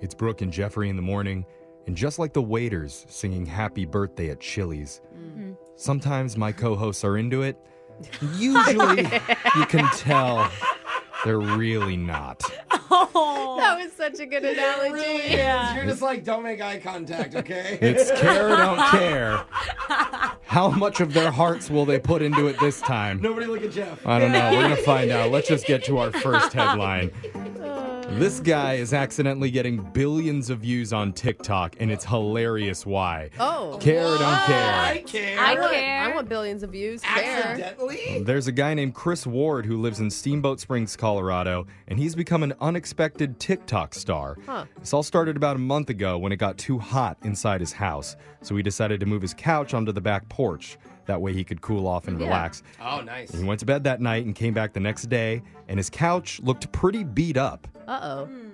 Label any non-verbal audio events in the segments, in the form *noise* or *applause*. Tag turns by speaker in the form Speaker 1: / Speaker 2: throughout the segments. Speaker 1: It's Brooke and Jeffrey in the morning, and just like the waiters singing happy birthday at Chili's, sometimes my co hosts are into it. Usually, you can tell they're really not.
Speaker 2: That was such a good analogy.
Speaker 3: You're just like, don't make eye contact, okay?
Speaker 1: It's care or don't care. How much of their hearts will they put into it this time?
Speaker 3: *laughs* Nobody look at Jeff.
Speaker 1: I don't know. We're going to find out. Let's just get to our first headline. This guy is accidentally getting billions of views on TikTok, and it's hilarious why.
Speaker 2: Oh.
Speaker 1: Care or don't care.
Speaker 3: I care.
Speaker 2: I, want,
Speaker 4: care.
Speaker 2: I want billions of views. Care.
Speaker 3: Accidentally?
Speaker 1: There's a guy named Chris Ward who lives in Steamboat Springs, Colorado, and he's become an unexpected TikTok star. This all started about a month ago when it got too hot inside his house, so he decided to move his couch onto the back porch. That way he could cool off and relax.
Speaker 3: Oh, nice.
Speaker 1: He went to bed that night and came back the next day, and his couch looked pretty beat up,
Speaker 2: Uh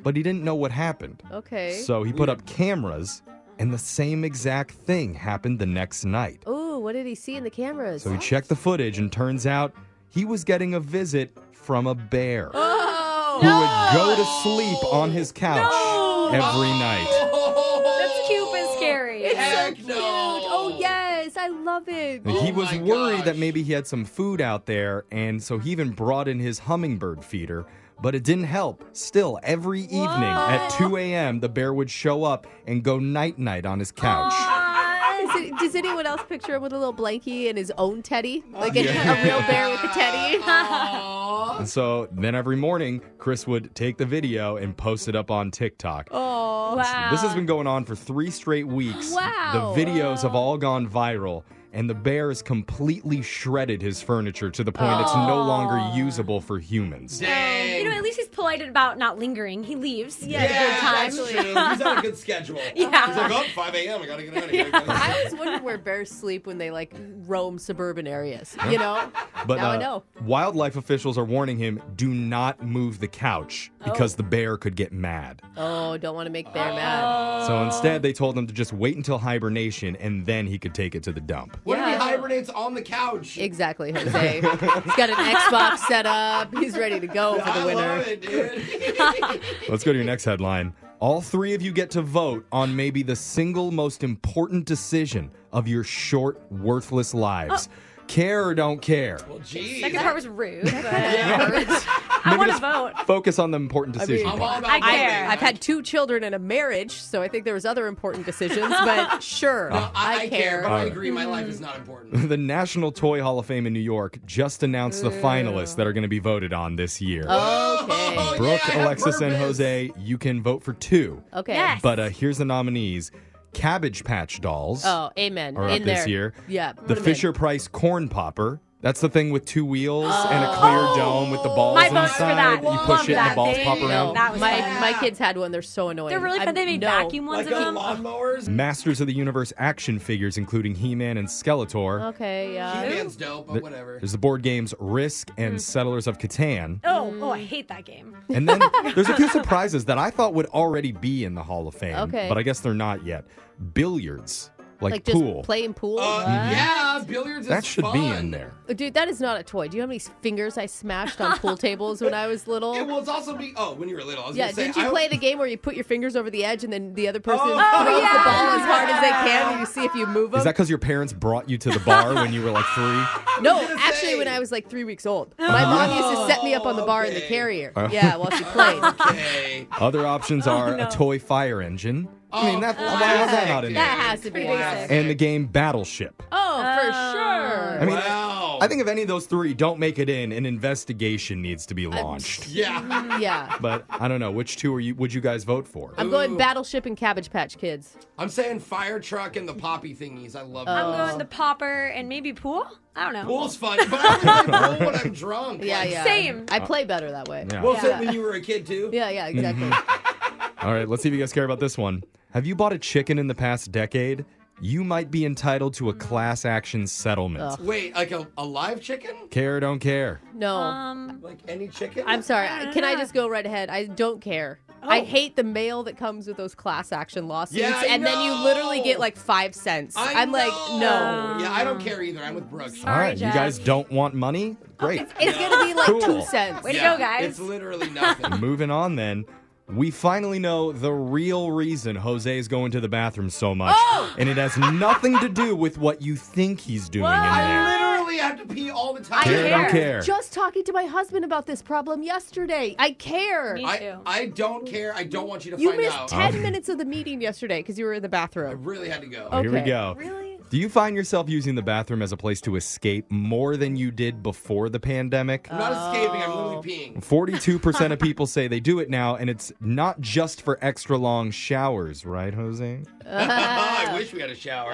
Speaker 1: but he didn't know what happened.
Speaker 2: oh. Okay.
Speaker 1: So he put up cameras, and the same exact thing happened the next night.
Speaker 2: Ooh, what did he see in the cameras?
Speaker 1: So he checked the footage, and turns out he was getting a visit from a
Speaker 3: *gasps*
Speaker 1: bear
Speaker 2: oh.
Speaker 1: who would go to sleep on his couch every night.
Speaker 4: That's cute but scary.
Speaker 3: Oh. Heck no.
Speaker 2: Oh yes, I love it.
Speaker 1: And he
Speaker 3: Oh
Speaker 1: was
Speaker 3: my
Speaker 1: worried
Speaker 3: gosh.
Speaker 1: that maybe he had some food out there, and so he even brought in his hummingbird feeder. But it didn't help. Still, every evening at 2 a.m., the bear would show up and go night night on his
Speaker 3: *gasps*
Speaker 1: couch.
Speaker 2: Does, it- does anyone else picture him with a little blankie and his own teddy? Like a,
Speaker 1: Yeah.
Speaker 2: a real bear with a teddy? *laughs*
Speaker 3: Aw.
Speaker 1: And so then every morning, Chris would take the video and post it up on TikTok.
Speaker 2: oh.
Speaker 4: Wow.
Speaker 1: This has been going on for three straight weeks.
Speaker 2: Wow.
Speaker 1: The videos have all gone viral, and the bear has completely shredded his furniture to the point it's no longer usable for humans.
Speaker 3: Dang.
Speaker 4: You know, at least he's polite about not lingering. He leaves. Yeah.
Speaker 3: yeah,
Speaker 4: good time.
Speaker 3: That's true. He's
Speaker 4: *laughs*
Speaker 3: on a good schedule.
Speaker 4: Yeah.
Speaker 3: He's like, oh, 5 a.m. I gotta get out
Speaker 4: *laughs*
Speaker 3: of here.
Speaker 2: I always wondered where bears sleep when they like roam suburban areas. You know?
Speaker 1: But
Speaker 2: Now I
Speaker 1: uh,
Speaker 2: know.
Speaker 1: wildlife officials are warning him do not move the couch because the bear could get mad.
Speaker 2: Oh, don't want to make bear mad.
Speaker 1: So instead, they told him to just wait until hibernation and then he could take it to the dump.
Speaker 3: What if he
Speaker 2: Yeah.
Speaker 3: hibernates on the couch?
Speaker 2: Exactly, Jose. He's got an Xbox set up. He's ready to go for
Speaker 3: I
Speaker 2: the winter.
Speaker 3: love it,
Speaker 4: *laughs*
Speaker 3: dude.
Speaker 1: Let's go to your next headline. All three of you get to vote on maybe the single most important decision of your short, worthless lives. care or don't care?
Speaker 3: well, geez.
Speaker 4: Second part was rude, but I *laughs*
Speaker 1: Maybe
Speaker 4: want to
Speaker 1: just
Speaker 4: vote.
Speaker 1: Focus on the important decision.
Speaker 3: I'm all about
Speaker 4: I
Speaker 3: voting.
Speaker 4: care.
Speaker 2: I've had two children and a marriage, so I think there was other important decisions,
Speaker 3: *laughs*
Speaker 2: but sure,
Speaker 3: I, I care, but I
Speaker 1: Alright.
Speaker 3: agree. My life is not
Speaker 4: Mm-hmm.
Speaker 3: important.
Speaker 1: the National Toy Hall of Fame in New York just announced the finalists that are going to be voted on this year.
Speaker 2: Okay.
Speaker 3: Oh, yeah,
Speaker 1: Brooke,
Speaker 3: I have
Speaker 1: Alexis, and
Speaker 3: purpose.
Speaker 1: Jose, you can vote for two.
Speaker 2: Okay.
Speaker 4: Yes.
Speaker 1: But uh, here's the nominees Cabbage Patch Dolls.
Speaker 2: Oh, amen.
Speaker 1: Are up
Speaker 2: in
Speaker 1: this
Speaker 2: there.
Speaker 1: year.
Speaker 2: Yeah. put
Speaker 1: The
Speaker 2: 'em in.
Speaker 1: Fisher Price corn popper. That's the thing with two wheels and a clear dome with the balls
Speaker 4: My
Speaker 1: inside.
Speaker 4: vote's for that.
Speaker 1: You push it
Speaker 4: Love
Speaker 1: and the
Speaker 4: that.
Speaker 1: balls
Speaker 4: There
Speaker 1: pop
Speaker 4: you go.
Speaker 1: around.
Speaker 4: That was
Speaker 2: my
Speaker 4: fun.
Speaker 2: my kids had one. They're so annoying.
Speaker 4: They're really
Speaker 2: I'm-
Speaker 4: fun. They made
Speaker 2: no.
Speaker 4: vacuum ones
Speaker 3: Like
Speaker 4: of
Speaker 3: the
Speaker 4: them.
Speaker 3: lawnmowers?
Speaker 1: Masters of the Universe action figures, including He-Man and Skeletor.
Speaker 2: Okay. Yeah.
Speaker 3: He-Man's Uh, dope, but whatever.
Speaker 1: There's the board games Risk and Settlers of Catan.
Speaker 4: Oh,
Speaker 3: Mm.
Speaker 4: oh, I hate that game.
Speaker 1: And then there's a few surprises that I thought would already be in the Hall of Fame,
Speaker 2: Okay.
Speaker 1: but I guess they're not yet. Billiards, like,
Speaker 2: Like just
Speaker 1: pool.
Speaker 2: playing pool.
Speaker 3: Uh, yeah, billiards is
Speaker 1: that should
Speaker 3: fun.
Speaker 1: be in there.
Speaker 2: Dude, that is not a toy. Do you know how many fingers I smashed on
Speaker 4: *laughs*
Speaker 2: pool tables when I was little?
Speaker 3: It will also be. Oh, when you were little, I was
Speaker 2: yeah,
Speaker 3: gonna say.
Speaker 2: didn't you
Speaker 3: I-
Speaker 2: play the game where you put your fingers over the edge and then the other person
Speaker 3: Oh,
Speaker 2: throws the
Speaker 4: yeah.
Speaker 2: ball as hard as they can and you see if you move them?
Speaker 1: Is that because your parents brought you to the bar when you were like three?
Speaker 2: No,
Speaker 3: gonna
Speaker 2: actually,
Speaker 3: say.
Speaker 2: when I was like three weeks old, my mom used to set me up on the bar in the
Speaker 3: okay.
Speaker 2: carrier. Yeah, while she played.
Speaker 3: *laughs* Okay.
Speaker 1: Other options
Speaker 2: Oh,
Speaker 1: are
Speaker 4: no.
Speaker 1: a toy fire engine. I mean, that, why is that not in
Speaker 2: That
Speaker 1: there?
Speaker 2: has to be
Speaker 4: Pretty
Speaker 2: in
Speaker 4: basic.
Speaker 2: there.
Speaker 1: And the game Battleship.
Speaker 2: Oh, for
Speaker 4: Oh.
Speaker 2: sure.
Speaker 1: I mean,
Speaker 3: wow.
Speaker 1: I think if any of those three don't make it in, an investigation needs to be launched.
Speaker 3: Yeah.
Speaker 2: yeah.
Speaker 1: But I don't know which two are you? Would you guys vote for?
Speaker 2: I'm going Battleship and Cabbage Patch Kids.
Speaker 3: I'm saying fire truck and the poppy thingies. I love
Speaker 4: I'm
Speaker 3: those.
Speaker 4: going the popper and maybe pool. I don't know.
Speaker 3: Pool's fun, but I only play pool when I'm drunk.
Speaker 2: Yeah,
Speaker 3: Like,
Speaker 2: yeah.
Speaker 4: Same.
Speaker 2: I play better that way.
Speaker 1: Yeah.
Speaker 3: Well,
Speaker 2: Yeah.
Speaker 3: so when you were a kid too.
Speaker 2: Yeah, yeah, exactly.
Speaker 1: All right, let's see if you guys care about this one. Have you bought a chicken in the past decade? You might be entitled to a class action settlement.
Speaker 2: Ugh.
Speaker 3: Wait, like a, a live chicken?
Speaker 1: Care or don't care.
Speaker 2: No.
Speaker 4: Um,
Speaker 3: Like any chicken?
Speaker 2: I'm sorry.
Speaker 4: no, no,
Speaker 2: Can I Oh.
Speaker 4: no.
Speaker 2: just go right ahead? I don't care. I hate the mail that comes with those class action lawsuits,
Speaker 3: Yeah, I
Speaker 2: and then you
Speaker 3: know.
Speaker 2: literally get like five cents.
Speaker 3: I
Speaker 2: am like,
Speaker 3: know.
Speaker 2: no.
Speaker 3: Yeah, I don't care either. I'm with Brooks.
Speaker 4: Sorry.
Speaker 1: All right,
Speaker 4: Jeff.
Speaker 1: you guys don't want money? Great.
Speaker 2: It's gonna be like
Speaker 1: Cool.
Speaker 2: two cents.
Speaker 4: Way to
Speaker 3: Yeah,
Speaker 4: go, guys.
Speaker 3: It's literally nothing.
Speaker 1: Moving on then. We finally know the real reason Jose is going to the bathroom so much, and it has nothing to do with what you think he's doing in there.
Speaker 3: I literally have to pee all the time.
Speaker 4: I
Speaker 1: Care, don't
Speaker 4: care.
Speaker 1: care.
Speaker 2: Just talking to my husband about this problem yesterday. I care.
Speaker 4: Me
Speaker 3: I,
Speaker 4: too.
Speaker 3: I don't care. I don't want you to
Speaker 2: you
Speaker 3: find
Speaker 2: missed
Speaker 3: out.
Speaker 2: 10 minutes of the meeting yesterday because you were in the
Speaker 3: I
Speaker 2: bathroom.
Speaker 3: really had to go.
Speaker 2: Oh.
Speaker 1: Here we
Speaker 2: Okay.
Speaker 1: go.
Speaker 4: Really?
Speaker 1: Do you find yourself using the bathroom as a place to escape more than you did before the pandemic?
Speaker 3: I'm not escaping. I'm
Speaker 4: Oh.
Speaker 3: literally
Speaker 4: *laughs*
Speaker 3: peeing. *laughs*
Speaker 1: 42% of people say they do it now, and it's not just for extra long showers, right, Jose?
Speaker 3: I wish we had a
Speaker 4: *laughs*
Speaker 3: shower.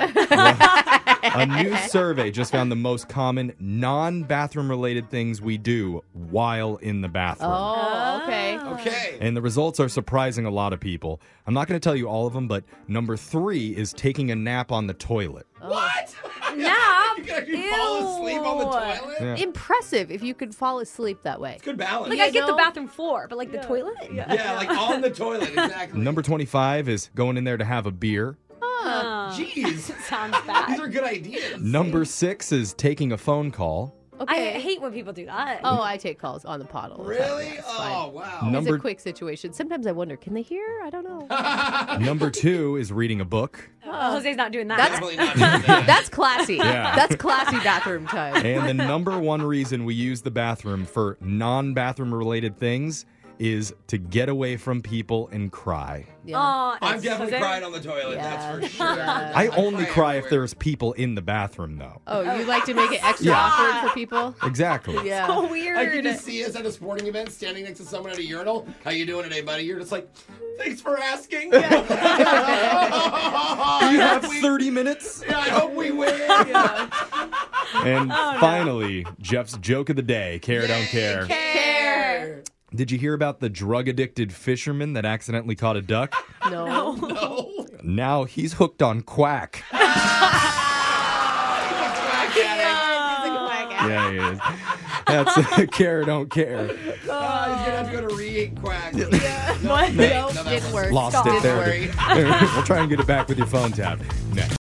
Speaker 1: A new survey just found the most common non bathroom related things we do while in the bathroom.
Speaker 2: Oh, okay.
Speaker 3: Okay.
Speaker 1: And the results are surprising a lot of people. I'm not going to tell you all of them, but number three is taking a nap on the toilet.
Speaker 3: What?
Speaker 4: Nap?
Speaker 3: *laughs* you gotta do fall asleep on the
Speaker 4: Oh. Ew.
Speaker 3: toilet?
Speaker 1: Yeah.
Speaker 2: Impressive if you could fall asleep that way.
Speaker 3: Good balance.
Speaker 4: Like I get the
Speaker 2: no.
Speaker 4: bathroom floor, but like the toilet. Yeah.
Speaker 3: yeah, like on the
Speaker 4: *laughs*
Speaker 3: toilet, exactly.
Speaker 1: Number 25 is going in there to have a beer.
Speaker 2: Ah,
Speaker 4: *laughs*
Speaker 3: Jeez.
Speaker 4: Um, sounds
Speaker 3: These
Speaker 4: Uh, bad.
Speaker 3: are good ideas.
Speaker 1: Number six is taking a phone call.
Speaker 4: I
Speaker 2: Okay.
Speaker 4: hate when people do that.
Speaker 2: oh, I take calls on the pod all the time.
Speaker 3: Really?
Speaker 2: Yeah, it's fine.
Speaker 3: Oh, wow.
Speaker 1: Num-
Speaker 2: It's
Speaker 1: Number-
Speaker 2: a quick situation. Sometimes I wonder, can they hear? I don't
Speaker 1: *laughs*
Speaker 2: know.
Speaker 1: Number two is reading a book.
Speaker 4: Oh, Jose's not doing
Speaker 3: *laughs*
Speaker 4: that.
Speaker 3: Definitely
Speaker 4: *laughs*
Speaker 3: not doing that.
Speaker 2: That's classy.
Speaker 1: Yeah.
Speaker 2: That's classy bathroom time.
Speaker 1: And the number one reason we use the bathroom for non bathroom related things is to get away from people and cry.
Speaker 2: Yeah.
Speaker 4: Aw,
Speaker 3: I'm
Speaker 4: it's
Speaker 3: definitely
Speaker 4: Jose.
Speaker 3: crying on the toilet. That's for
Speaker 2: Yes.
Speaker 3: sure.
Speaker 2: Yes.
Speaker 1: I only cry if
Speaker 3: everywhere.
Speaker 1: there's people in the bathroom, though.
Speaker 2: Oh, you like to
Speaker 1: *laughs*
Speaker 2: make it extra
Speaker 1: Yeah.
Speaker 2: awkward for *laughs* people?
Speaker 1: Exactly.
Speaker 2: Yeah.
Speaker 4: So *laughs* weird.
Speaker 3: I can just see us at a sporting event, standing next to someone at a urinal. How you doing today, buddy? You're just like, thanks for asking.
Speaker 1: You
Speaker 3: I,
Speaker 1: have
Speaker 3: hope we,
Speaker 1: 30 minutes?
Speaker 3: *laughs* yeah, I hope we win. *laughs*
Speaker 1: *laughs* And finally, Jeff's joke of the day care, don't care.
Speaker 2: Care.
Speaker 1: Did you hear about the drug addicted fisherman that accidentally caught a duck?
Speaker 2: No.
Speaker 3: No.
Speaker 1: Now he's hooked on quack.
Speaker 3: Back at it.
Speaker 1: Yeah, he is. That's *laughs* care, don't care.
Speaker 3: Ah, he's gonna have to go to re quack.
Speaker 2: No,
Speaker 3: that
Speaker 2: didn't
Speaker 3: was-
Speaker 2: work.
Speaker 1: Lost
Speaker 2: Stop.
Speaker 1: it
Speaker 2: Didn't
Speaker 1: there. *laughs*
Speaker 2: work.
Speaker 1: we'll try and get it back with your phone tab. Next.